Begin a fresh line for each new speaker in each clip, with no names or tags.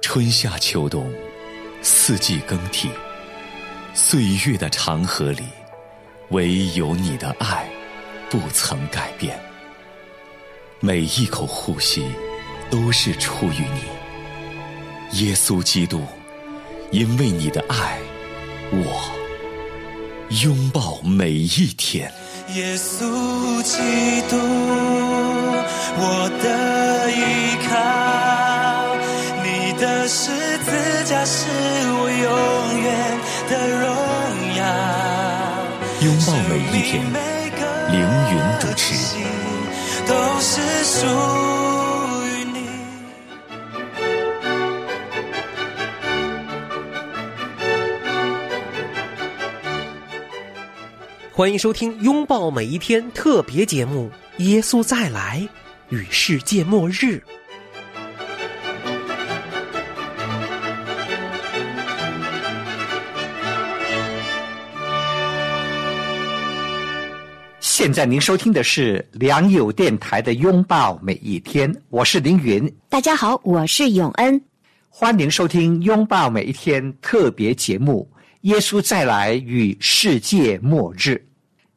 春夏秋冬，四季更替，岁月的长河里，唯有你的爱不曾改变。每一口呼吸，都是出于你。耶稣基督，因为你的爱，我拥抱每一天。
耶稣基督，我的依靠，你的十字架是我永远的荣耀。
拥抱每一天
生命每个
凌云主持
气息都是属于你。
欢迎收听《拥抱每一天》特别节目《耶稣再来与世界末日》。
现在您收听的是良友电台的《拥抱每一天》，我是凌云，
大家好，我是永恩。
欢迎收听《拥抱每一天》特别节目《耶稣再来与世界末日》。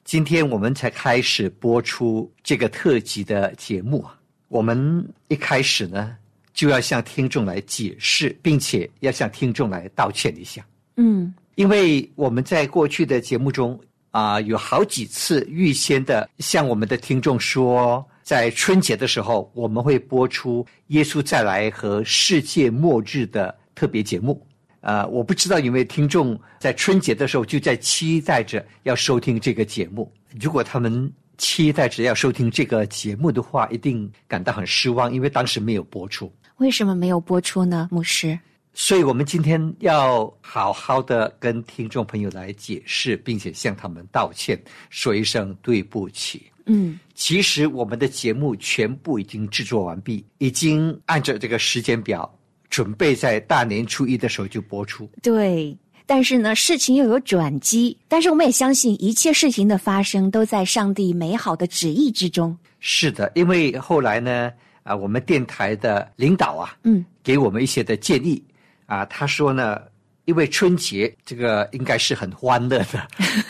今天我们才开始播出这个特辑的节目啊，我们一开始呢就要向听众来解释，并且要向听众来道歉一下。
嗯
因为我们在过去的节目中啊、有好几次预先的向我们的听众说，在春节的时候我们会播出《耶稣再来》和《世界末日》的特别节目。呃，我不知道有没有听众在春节的时候就在期待着要收听这个节目。如果他们期待着要收听这个节目的话，一定感到很失望，因为当时没有播出。
为什么没有播出呢？牧师，
所以我们今天要好好的跟听众朋友来解释，并且向他们道歉，说一声对不起。
嗯
其实我们的节目全部已经制作完毕，已经按照这个时间表，准备在大年初一的时候就播出。
对，但是呢，事情又有转机。但是我们也相信，一切事情的发生都在上帝美好的旨意之中。
是的，因为后来呢，啊，我们电台的领导啊，
嗯
给我们一些的建议啊。他说呢，因为春节这个应该是很欢乐的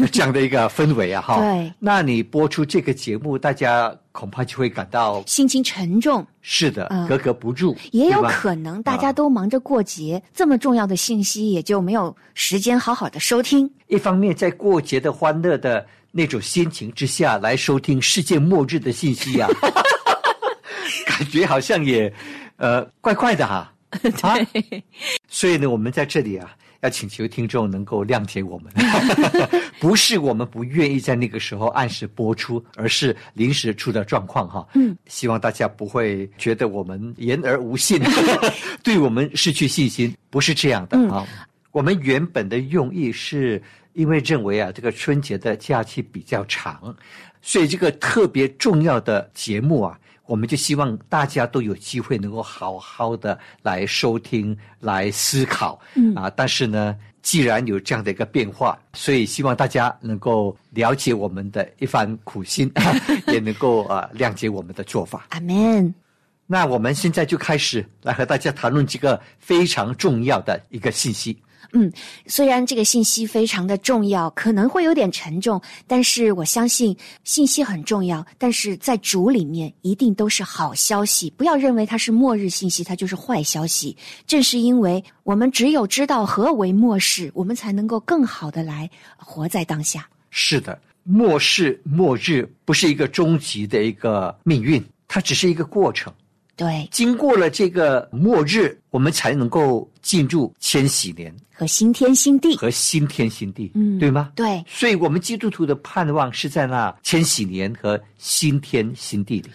这样的一个氛围啊，哈。
对
那你播出这个节目，大家恐怕就会感到
心情沉重，
是的，
嗯
格格不入，
也有
对吧
可能大家都忙着过节，这么重要的信息也就没有时间好好的收听。
一方面在过节的欢乐的那种心情之下来收听世界末日的信息啊，感觉好像也呃怪怪的哈、啊。所以呢，我们在这里啊，要请求听众能够谅解我们， 不是我们不愿意在那个时候按时播出，而是临时出的状况哈、
嗯，
希望大家不会觉得我们言而无信，对我们失去信心，不是这样的啊。我们原本的用意是因为认为啊，这个春节的假期比较长，所以这个特别重要的节目啊，我们就希望大家都有机会能够好好的来收听、来思考。
嗯
啊，但是呢，既然有这样的一个变化，所以希望大家能够了解我们的一番苦心， 也能够啊谅解我们的做法。
阿门。
那我们现在就开始来和大家谈论这个非常重要的一个信息。
虽然这个信息非常的重要，可能会有点沉重，但是我相信信息很重要，但是在主里面一定都是好消息。不要认为它是末日信息，它就是坏消息。正是因为我们只有知道何为末世，我们才能够更好的来活在当下。
是的，末世末日不是一个终极的一个命运，它只是一个过程。
对，
经过了这个末日，我们才能够进入千禧年
和新天新地，
和新天新地，
嗯
对吗？
对，
所以，我们基督徒的盼望是在那千禧年和新天新地里。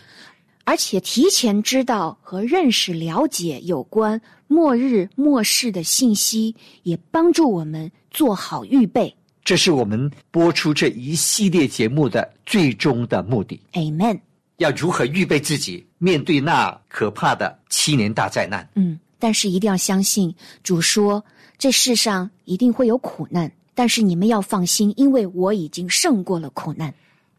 而且提前知道和认识、了解有关末日末世的信息，也帮助我们做好预备。
这是我们播出这一系列节目的最终的目的。
Amen。
要如何预备自己面对那可怕的七年大灾难？
嗯，但是一定要相信主说，这世上一定会有苦难，但是你们要放心，因为我已经胜过了苦难。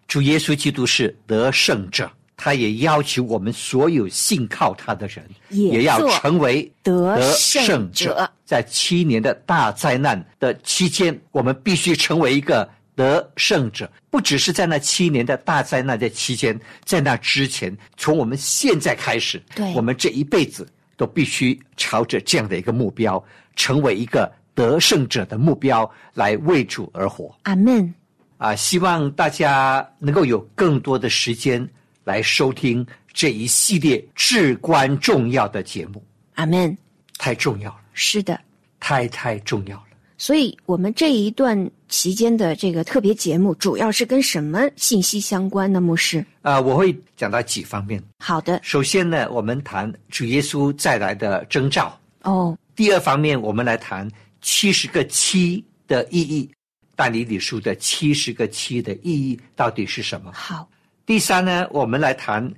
主耶稣基督是得胜者，他也要求我们所有信靠他的人，
也
也要
做
成为
得胜
胜
者
在七年的大灾难的期间，我们必须成为一个得胜者。不只是在那七年的大灾难的期间，在那之前，从我们现在开始，
对
我们这一辈子都必须朝着这样的一个目标，成为一个得胜者的目标来为主而活。
阿门。
啊，希望大家能够有更多的时间来收听这一系列至关重要的节目，
阿门。
太重要了，
是的，
太太重要了。
所以我们这一段期间的这个特别节目，主要是跟什么信息相关呢？牧师，
啊，我会讲到几方面。
好的
首先呢，我们谈主耶稣再来的征兆；
哦，
第二方面，我们来谈七十个七的意义，但以理书的七十个七的意义到底是什么？
好，
第三呢，我们来谈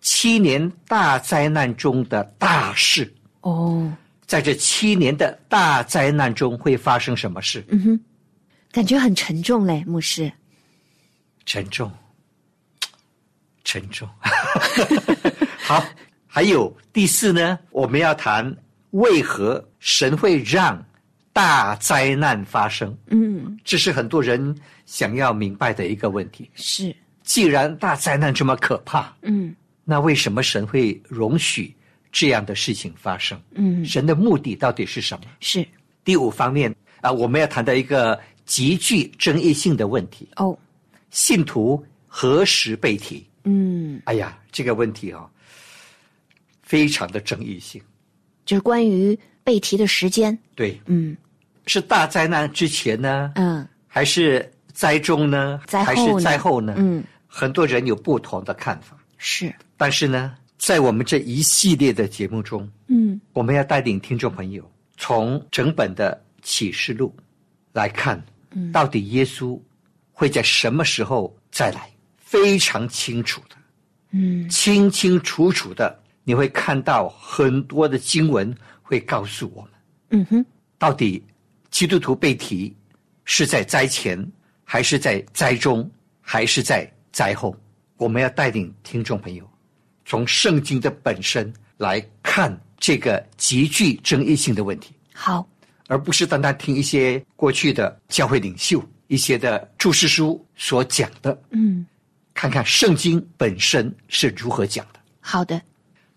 七年大灾难中的大事。
哦，
在这七年的大灾难中会发生什么事？
嗯哼，感觉很沉重嘞，牧师。
沉重，沉重。 好，还有第四呢，我们要谈为何神会让大灾难发生，
嗯，
这是很多人想要明白的一个问题。
是，
既然大灾难这么可怕，
嗯
那为什么神会容许这样的事情发生？
嗯，
神的目的到底是什么？
是
第五方面啊，我们要谈到一个极具争议性的问题：
哦，
信徒何时被提？
嗯，
哎呀，这个问题啊、非常的争议性。
就是关于被提的时间。
对，
嗯
是大灾难之前呢，
嗯，
还是灾中呢，
灾后
还
呢
是灾后呢？
嗯，
很多人有不同的看法。
是，
但是呢，在我们这一系列的节目中，
嗯
我们要带领听众朋友从整本的启示录来看，
嗯
到底耶稣会在什么时候再来，非常清楚的，
嗯
清清楚楚的，你会看到很多的经文会告诉我们，
嗯哼，
到底基督徒被提是在灾前，还是在灾中，还是在灾后？我们要带领听众朋友从圣经的本身来看这个极具争议性的问题，
好，
而不是单单听一些过去的教会领袖、一些的注释书所讲的，
嗯，
看看圣经本身是如何讲的。
好的，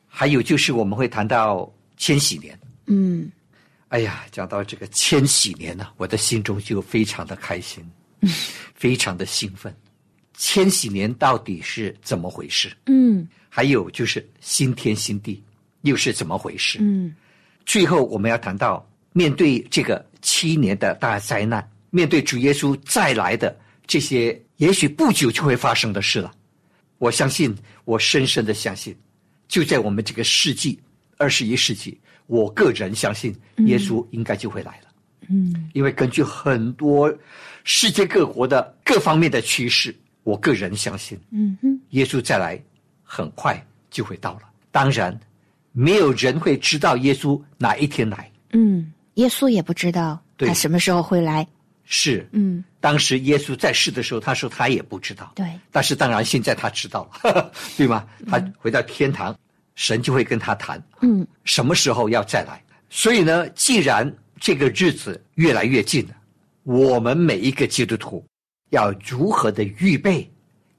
还有就是我们会谈到千禧年。
嗯
哎呀，讲到这个千禧年呢、我的心中就非常的开心，非常的兴奋。千禧年到底是怎么回事？
嗯
还有就是新天新地又是怎么回事？
嗯
最后我们要谈到，面对这个七年的大灾难，面对主耶稣再来的这些，也许不久就会发生的事了。我相信，我深深的相信，就在我们这个世纪，二十一世纪，我个人相信，耶稣应该就会来了。
嗯，
因为根据很多世界各国的各方面的趋势，我个人相信，
嗯哼，
耶稣再来很快就会到了。当然，没有人会知道耶稣哪一天来。
嗯，耶稣也不知道
对
他什么时候会来。
是，
嗯，
当时耶稣在世的时候，他说他也不知道。
对，
但是当然现在他知道了， 对吗？他回到天堂，神就会跟他谈
嗯
什么时候要再来。所以呢，既然这个日子越来越近了，我们每一个基督徒要如何的预备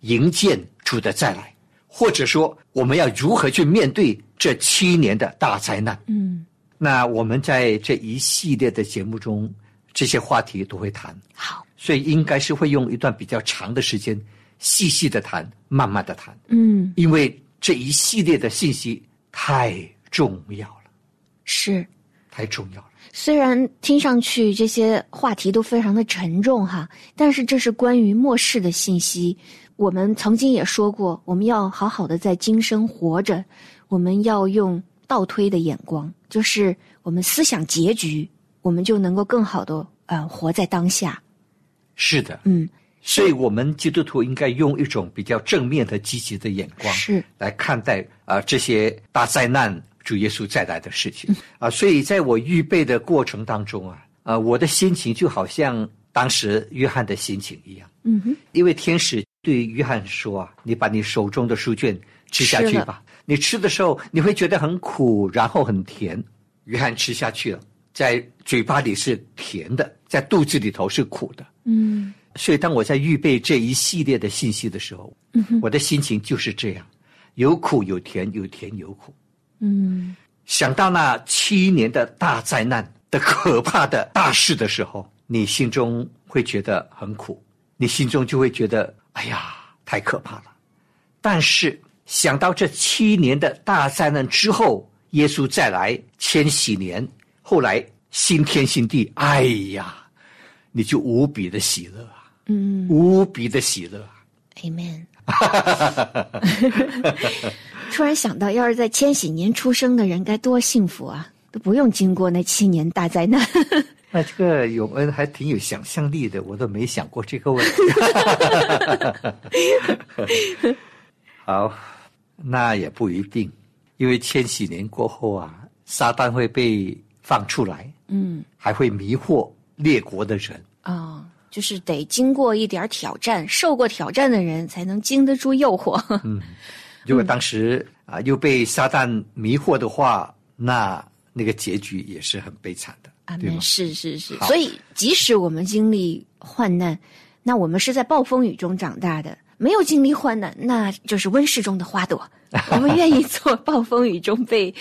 迎接主的再来，或者说我们要如何去面对这七年的大灾难？
嗯，
那我们在这一系列的节目中，这些话题都会谈，
好，
所以应该是会用一段比较长的时间，细细的谈，慢慢的谈，
嗯
因为这一系列的信息太重要了，
是。
太重要了。
虽然听上去这些话题都非常的沉重哈，但是这是关于末世的信息。我们曾经也说过，我们要好好的在今生活着，我们要用倒推的眼光，就是我们思想结局，我们就能够更好的呃活在当下。
是的，
嗯，
所以我们基督徒应该用一种比较正面的、积极的眼光，
是
来看待啊、这些大灾难主耶稣再来的事
嗯
情啊、所以在我预备的过程当中啊，啊、我的心情就好像当时约翰的心情一样，
嗯哼，
因为天使对约翰说啊，你把你手中的书卷吃下去
吃了
吧。你吃的时候你会觉得很苦，然后很甜。约翰吃下去了，在嘴巴里是甜的，在肚子里头是苦的。
嗯
所以，当我在预备这一系列的信息的时候，
嗯
我的心情就是这样，有苦有甜，有甜有苦。
嗯
想到那七年的大灾难的可怕的大事的时候，你心中会觉得很苦，你心中就会觉得哎呀，太可怕了。但是想到这七年的大灾难之后，耶稣再来千禧年，后来新天新地，哎呀，你就无比的喜乐啊，
嗯
无比的喜乐啊。
，Amen。突然想到，要是在千禧年出生的人该多幸福啊！都不用经过那七年大灾难。
那哎这个永恩还挺有想象力的，我都没想过这个问 题。好，那也不一定，因为千禧年过后啊，撒旦会被放出来，
嗯
还会迷惑列国的人。
哦，就是得经过一点挑战，受过挑战的人才能经得住诱 惑。啊
如果当时啊、又被撒旦迷惑的话，那那个结局也是很悲惨的，
阿
对
门，
吗？
是是是。
好
所以，即使我们经历患难，那我们是在暴风雨中长大的，没有经历患难，那就是温室中的花 朵。我们愿意做暴风雨中被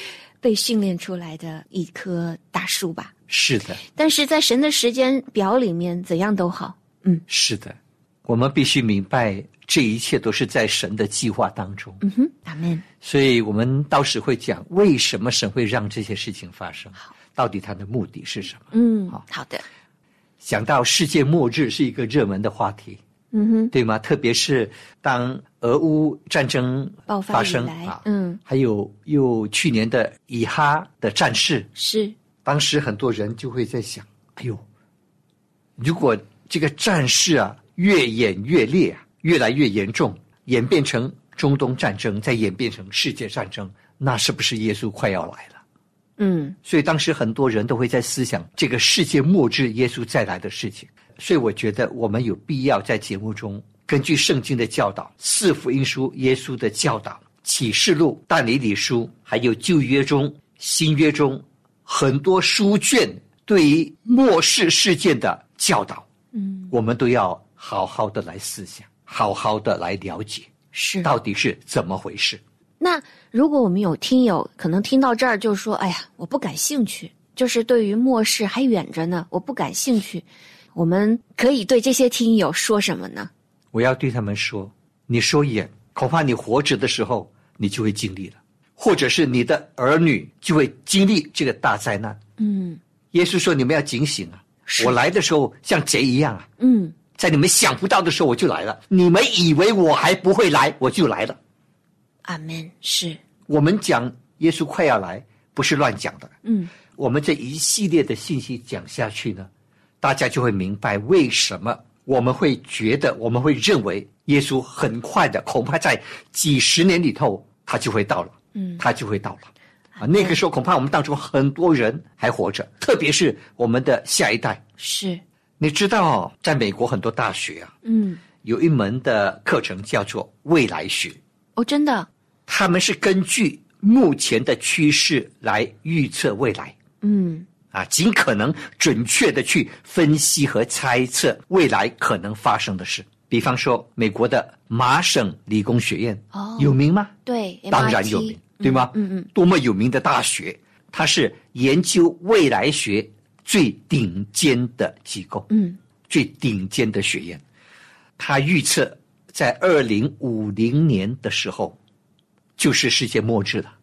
被训练出来的一棵大树吧。
是的。
但是在神的时间表里面，怎样都好。
是的，我们必须明白，这一切都是在神的计划当中。
嗯哼，阿门。
所以我们到时会讲，为什么神会让这些事情发生？到底他的目的是什么？
嗯，
好
好的。
想到世界末日是一个热门的话题，
嗯哼，
对吗？特别是当俄乌战争
爆发
发
以
生
来
啊，
嗯，
还有又去年的以哈的战事，
是，
当时很多人就会在想：哎呦，如果这个战事啊越演越烈啊，越来越严重，演变成中东战争，再演变成世界战争，那是不是耶稣快要来了？
嗯
所以当时很多人都会在思想这个世界末日耶稣再来的事情。所以我觉得我们有必要在节目中根据圣经的教导、四福音书耶稣的教导、启示录、但以理书，还有旧约中、新约中很多书卷对于末世事件的教导，
嗯，
我们都要好好的来思想，好好的来了解
是。
到底是怎么回事。
那如果我们有听友可能听到这儿就说：“哎呀，我不感兴趣，就是对于末世还远着呢，我不感兴趣。”我们可以对这些听友说什么呢？
我要对他们说：“你说演，恐怕你活着的时候，你就会经历了，或者是你的儿女就会经历这个大灾难。
嗯”
耶稣说：“你们要警醒啊！
是
我来的时候像贼一样啊，
嗯，
在你们想不到的时候我就来了。你们以为我还不会来，我就来了。
阿门，是，
我们讲耶稣快要来，不是乱讲的。
嗯
我们这一系列的信息讲下去呢，大家就会明白为什么我们会觉得，我们会认为耶稣很快的，恐怕在几十年里头他就会到了，
嗯
他就会到了。啊，那个时候恐怕我们当中很多人还活着，特别是我们的下一代。
是，
你知道哦，在美国很多大学啊，
嗯，
有一门的课程叫做未来学，
哦，真的，
他们是根据目前的趋势来预测未来。
嗯
啊，尽可能准确的去分析和猜测未来可能发生的事。比方说，美国的麻省理工学院、
哦
有名吗？
对，
当然
MIT
有名，对吗？
嗯嗯，
多么有名的大学，它是研究未来学最顶尖的机构，
嗯，
最顶尖的学院。它预测在二零五零年的时候，就是世界末日了。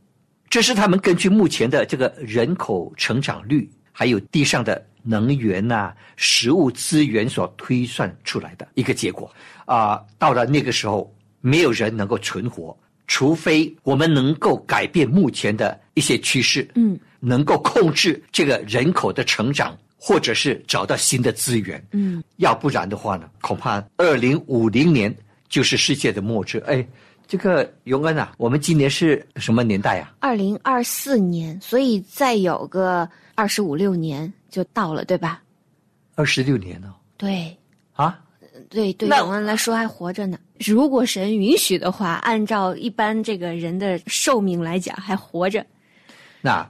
这是他们根据目前的这个人口成长率，还有地上的能源呐、食物资源所推算出来的一个结果啊、到了那个时候，没有人能够存活，除非我们能够改变目前的一些趋势，
嗯，
能够控制这个人口的成长，或者是找到新的资源，
嗯，
要不然的话呢，恐怕二零五零年就是世界的末日。哎，这个永恩啊，我们今年是什么年代啊？
二零二四年，所以再有个二十五六年就到了，对吧？
二十六年了哦
对，
啊！
对对，
那
我们来说还活着呢。如果神允许的话，按照一般这个人的寿命来讲，还活着。
那，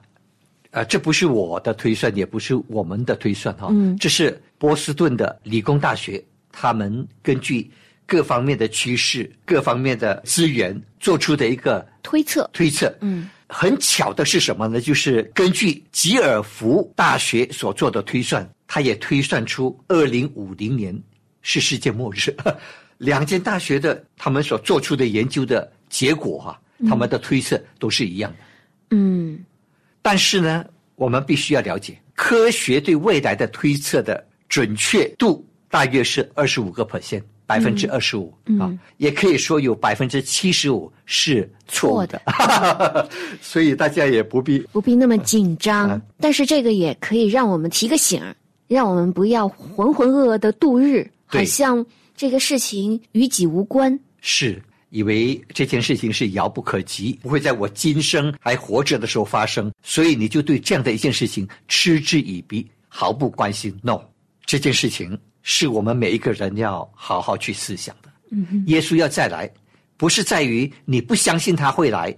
呃，这不是我的推算，也不是我们的推算哈、哦
嗯
这是波士顿的理工大学，他们根据各方面的趋势、各方面的资源做出的一个
推测，
推测。
嗯，
很巧的是什么呢？就是根据吉尔福大学所做的推算，他也推算出二零五零年是世界末日。 两间大学的他们所做出的研究的结果哈、他们的推测都是一样的。
嗯
但是呢，我们必须要了解，科学对未来的推测的准确度大约是二十五个 percent，百分之二十五啊，也可以说有百分之七十五是错误的， 所以大家也不必
不必那么紧张，
嗯
但是这个也可以让我们提个醒儿，让我们不要浑浑噩噩的度日，
对
好像这个事情与己无关。
是以为这件事情是遥不可及，不会在我今生还活着的时候发生，所以你就对这样的一件事情嗤之以鼻，毫不关心。No，这件事情是我们每一个人要好好去思想的。嗯、耶稣要再来，不是在于你不相信他会来，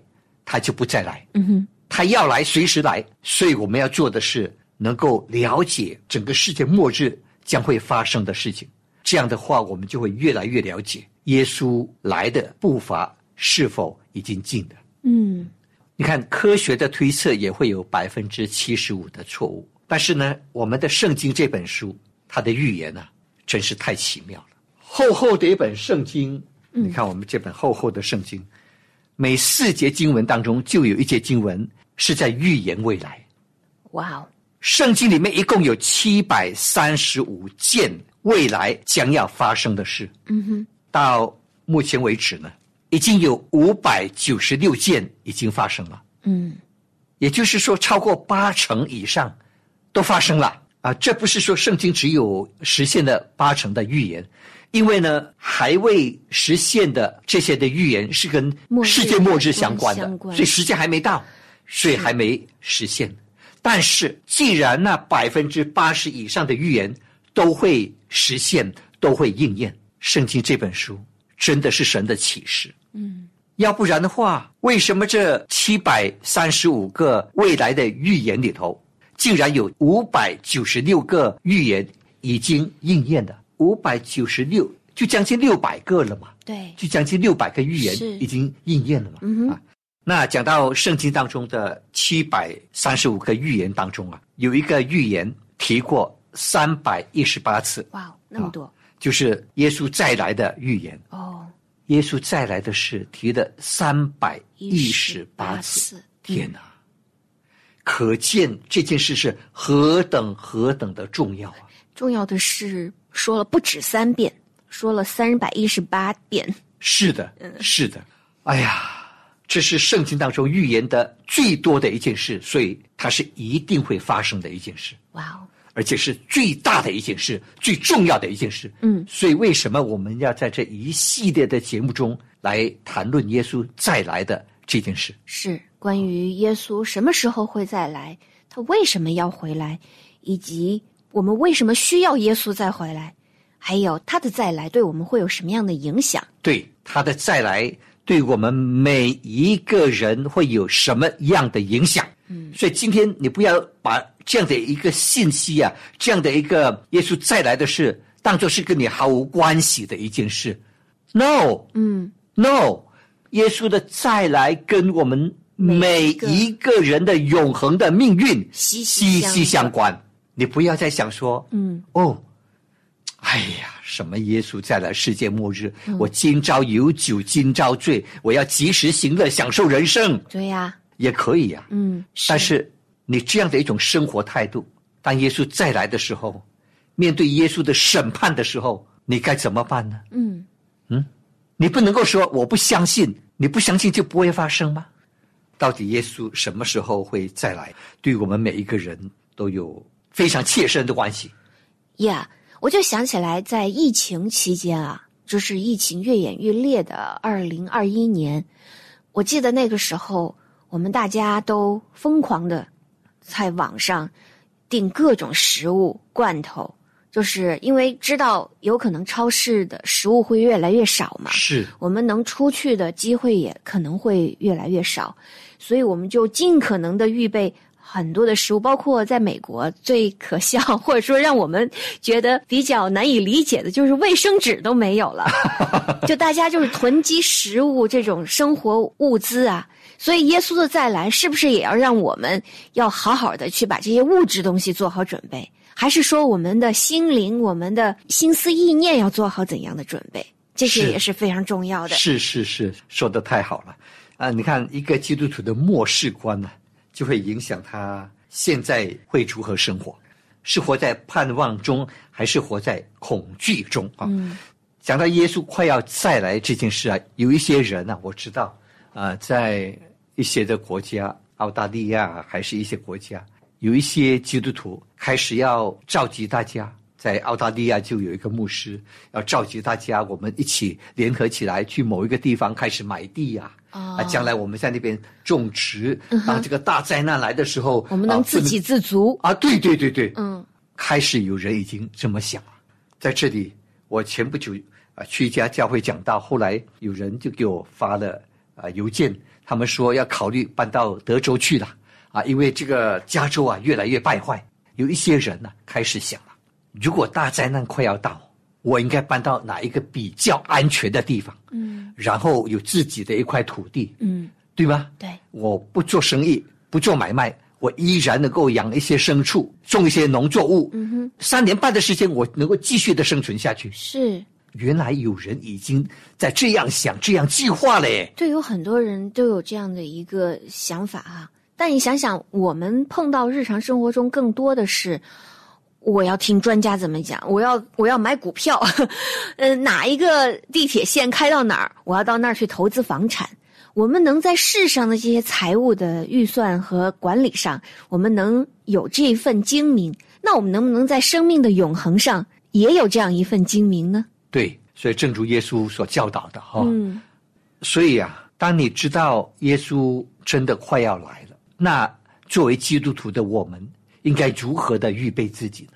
他就不再来。
嗯哼，
他要来随时来，所以我们要做的是能够了解整个世界末日将会发生的事情。这样的话，我们就会越来越了解耶稣来的步伐是否已经近了。
嗯
你看，科学的推测也会有百分之七十五的错误，但是呢，我们的圣经这本书，它的预言呢、真是太奇妙了。厚厚的一本圣经，你看我们这本厚厚的圣经，每四节经文当中就有一节经文是在预言未来。
哇哦，
圣经里面一共有七百三十五件未来将要发生的事。嗯哼，到目前为止呢，已经有五百九十六件已经发生了。
嗯，
也就是说，超过八成以上都发生了啊！这不是说圣经只有实现了八成的预言，因为呢，还未实现的这些的预言是跟
末日
世界末日相关的，
相关
所以时间还没到，所以还没实现。但是，既然那百分之八十以上的预言都会实现，都会应验，圣经这本书真的是神的启示。要不然的话，为什么这七百三十五个未来的预言里头，竟然有五百九十六个预言已经应验了？五百九十六就将近六百个了嘛，
对，
就将近六百个预言
是
已经应验了嘛。
嗯哼
啊，那讲到圣经当中的七百三十五个预言当中啊，有一个预言提过三百一十八次，
哇哦，那么多
就是耶稣再来的预言。
哦，
耶稣再来的事提了三百一十八
118
次，
次
天哪！可见这件事是何等何等的重要啊！
重要的是说了不止三遍，说了三百一十八遍。
是的，是的，哎呀，这是圣经当中预言的最多的一件事，所以它是一定会发生的一件事。
哇哦，
而且是最大的一件事，最重要的一件事。
嗯
所以为什么我们要在这一系列的节目中来谈论耶稣再来的这件事？
是关于耶稣什么时候会再来，他为什么要回来，以及我们为什么需要耶稣再回来，还有他的再来对我们会有什么样的影响？
对他的再来对我们每一个人会有什么样的影响。嗯，所以今天你不要把这样的一个信息啊，这样的一个耶稣再来的事，当做是跟你毫无关系的一件事。No，
嗯
No，耶稣的再来跟我们每一个人的永恒的命运
息息
息
相
息相关。你不要再想说，
嗯，
哦，哎呀，什么耶稣再来，世界末日，我今朝有酒今朝醉，我要及时行乐，享受人生
对呀、
也可以呀、
嗯，
但是你这样的一种生活态度，当耶稣再来的时候，面对耶稣的审判的时候，你该怎么办呢？
嗯，
你不能够说我不相信，你不相信就不会发生吗？到底耶稣什么时候会再来？对我们每一个人都有非常切身的关系。
呀、我就想起来，在疫情期间啊，就是疫情越演越烈的二零二一年，我记得那个时候，我们大家都疯狂的在网上订各种食物罐头，就是因为知道有可能超市的食物会越来越少嘛，
是
我们能出去的机会也可能会越来越少，所以我们就尽可能的预备很多的食物，包括在美国最可笑或者说让我们觉得比较难以理解的就是卫生纸都没有了，就大家就是囤积食物这种生活物资啊。所以耶稣的再来是不是也要让我们要好好的去把这些物质东西做好准备？还是说我们的心灵、我们的心思意念要做好怎样的准备？这些
是
也是非常重要的。
是是是，说的太好了啊、你看一个基督徒的末世观呢、就会影响他现在会如何生活，是活在盼望中，还是活在恐惧中啊？
嗯
讲到耶稣快要再来这件事啊，有一些人呢、我知道啊、在一些的国家，澳大利亚啊还是一些国家，有一些基督徒开始要召集大家。在澳大利亚就有一个牧师要召集大家，我们一起联合起来去某一个地方开始买地呀、
哦嗯
啊，将来我们在那边种植。当这个大灾难来的时候，
我们能
啊
自给自足。
啊，对对对对，
嗯，
开始有人已经这么想了。在这里，我前不久啊去一家教会讲道，后来有人就给我发了啊邮件，他们说要考虑搬到德州去了啊，因为这个加州啊越来越败坏，有一些人呢、开始想了，如果大灾难快要到，我应该搬到哪一个比较安全的地方？嗯，然后有自己的一块土地，
嗯，
对吗？
对，
我不做生意，不做买卖，我依然能够养一些牲畜，种一些农作物。嗯哼，三年半的时间，我能够继续的生存下去。
是
原来有人已经在这样想、这样计划嘞。
对，有很多人都有这样的一个想法哈、啊。但你想想，我们碰到日常生活中更多的是，我要听专家怎么讲，我要我要买股票， 嗯，哪一个地铁线开到哪儿，我要到那儿去投资房产。我们能在世上的这些财务的预算和管理上，我们能有这一份精明，那我们能不能在生命的永恒上也有这样一份精明呢？
对，所以正如耶稣所教导的哈、
嗯。
所以啊，当你知道耶稣真的快要来了，那作为基督徒的我们，应该如何的预备自己呢？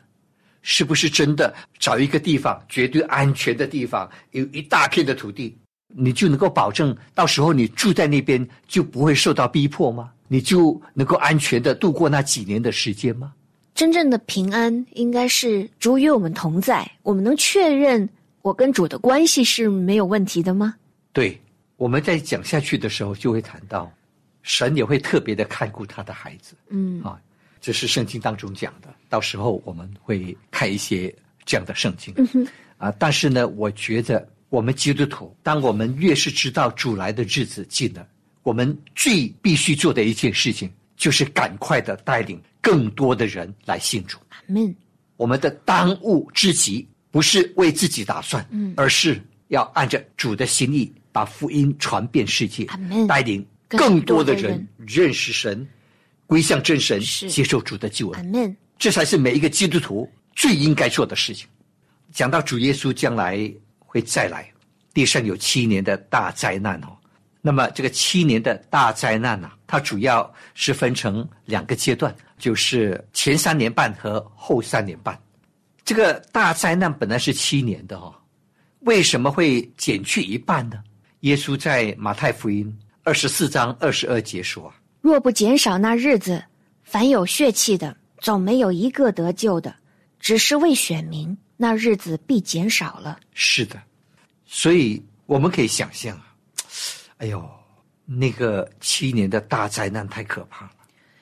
是不是真的找一个地方绝对安全的地方，有一大片的土地，你就能够保证到时候你住在那边就不会受到逼迫吗？你就能够安全的度过那几年的时间吗？
真正的平安应该是主与我们同在，我们能确认我跟主的关系是没有问题的吗？
对，我们在讲下去的时候就会谈到，神也会特别的看顾他的孩子。
嗯
啊，这是圣经当中讲的。到时候我们会看一些这样的圣经。
嗯
啊，但是呢，我觉得我们基督徒，当我们越是知道主来的日子近了，我们最必须做的一件事情，就是赶快的带领更多的人来信主。
阿门。
我们的当务之急不是为自己打算，嗯，而是要按着主的心意，把福音传遍世界
阿门，
带领
更
更多
多的
的
人
人认识神，归向真神，
是
接受主的救
阿
恩。
门。
这才是每一个基督徒最应该做的事情。讲到主耶稣将来会再来，地上有七年的大灾难哦。那么这个七年的大灾难呢、它主要是分成两个阶段，就是前三年半和后三年半。这个大灾难本来是七年的哦，为什么会减去一半呢？耶稣在马太福音二十四章二十二节说啊
若不减少那日子，凡有血气的，总没有一个得救的，只是为选民，那日子必减少了。
是的，所以我们可以想象啊，哎呦，那个七年的大灾难太可怕了。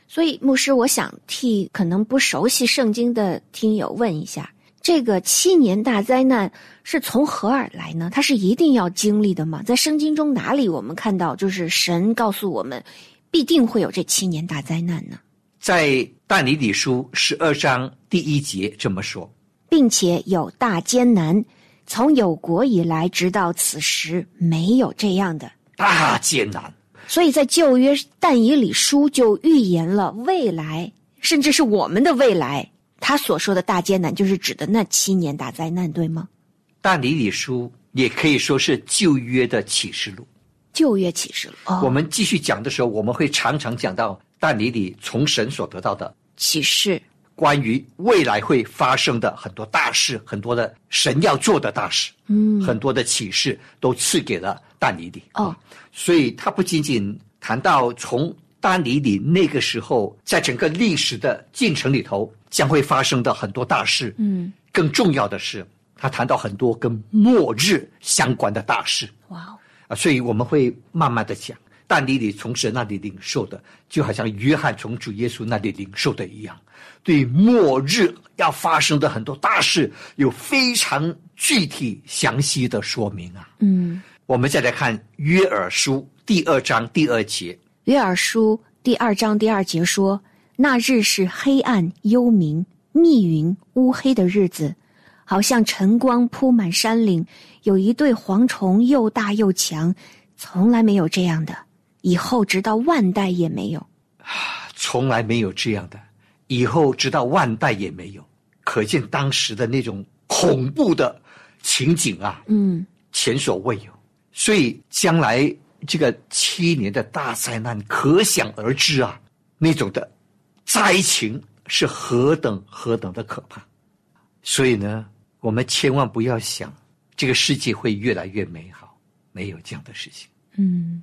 所以，牧师，我想替可能不熟悉圣经的听友问一下：这个七年大灾难是从何而来呢？它是一定要经历的吗？在圣经中哪里我们看到就是神告诉我们必定会有这七年大灾难呢？
在但以理书十二章第一节这么说，
并且有大艰难，从有国以来直到此时没有这样的。
大艰难。
所以在旧约但以理书就预言了未来，甚至是我们的未来。他所说的大艰难，就是指的那七年大灾难，对吗？
但以理书也可以说是旧约的启示录。
旧约启示录，
我
哦，
们继续讲的时候，我们会常常讲到但以理从神所得到的
启示，
关于未来会发生的很多大事，很多的神要做的大事，
嗯
很多的启示都赐给了但以理。
哦，
所以他不仅仅谈到从丹尼里那个时候，在整个历史的进程里头将会发生的很多大事，
嗯，
更重要的是，他谈到很多跟末日相关的大事
哇哦，
啊，所以我们会慢慢的讲。但尼里从神那里领受的，就好像约翰从主耶稣那里领受的一样，对末日要发生的很多大事有非常具体详细的说明啊。
嗯，
我们再来看约珥书第二章第二节，
约珥书第二章第二节说：“那日是黑暗、幽冥、密云、乌黑的日子，好像晨光铺满山岭，有一对蝗虫又大又强，从来没有这样的，以后直到万代也没有。
从来没有这样的，以后直到万代也没有。可见当时的那种恐怖的情景啊，
嗯，
前所未有。所以将来这个七年的大灾难，可想而知啊，那种的灾情是何等何等的可怕。所以呢，我们千万不要想这个世界会越来越美好，没有这样的事情。
嗯，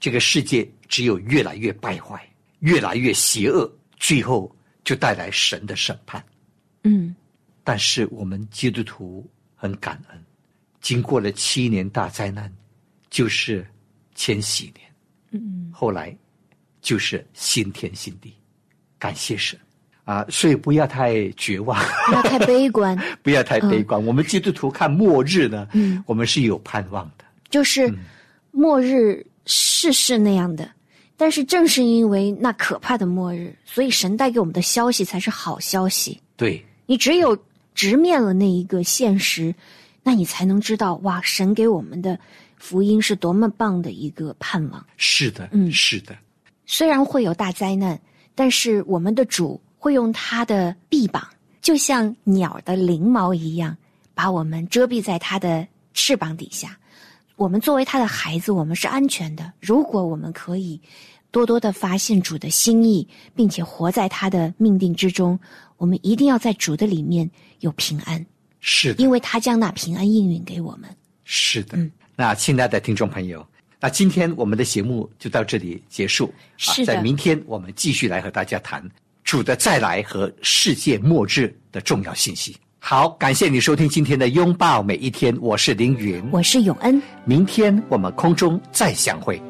这个世界只有越来越败坏，越来越邪恶，最后就带来神的审判。
嗯，
但是我们基督徒很感恩，经过了七年大灾难，就是千禧年，嗯，后来就是新天新地，感谢神啊！所以不要太绝 望，
不要太悲观，
不要太悲观。我们基督徒看末日呢，嗯，我们是有盼望的。
就是末日世事那样的。但是正是因为那可怕的末日，所以神带给我们的消息才是好消息。
对，
你只有直面了那一个现实，那你才能知道哇，神给我们的福音是多么棒的一个盼望。
是的，
嗯
是的，
虽然会有大灾难，但是我们的主会用他的臂膀，就像鸟的翎毛一样，把我们遮蔽在他的翅膀底下。我们作为他的孩子，我们是安全的。如果我们可以多多的发现主的心意，并且活在他的命定之中，我们一定要在主的里面有平安。
是的。
因为他将那平安应允给我们。
是的，
嗯
那亲爱的听众朋友，那今天我们的节目就到这里结束。
是
啊，
的
在明天我们继续来和大家谈主的再来和世界末日的重要信息。好，感谢你收听今天的拥抱每一天，我是凌云，
我是永恩，
明天我们空中再相会，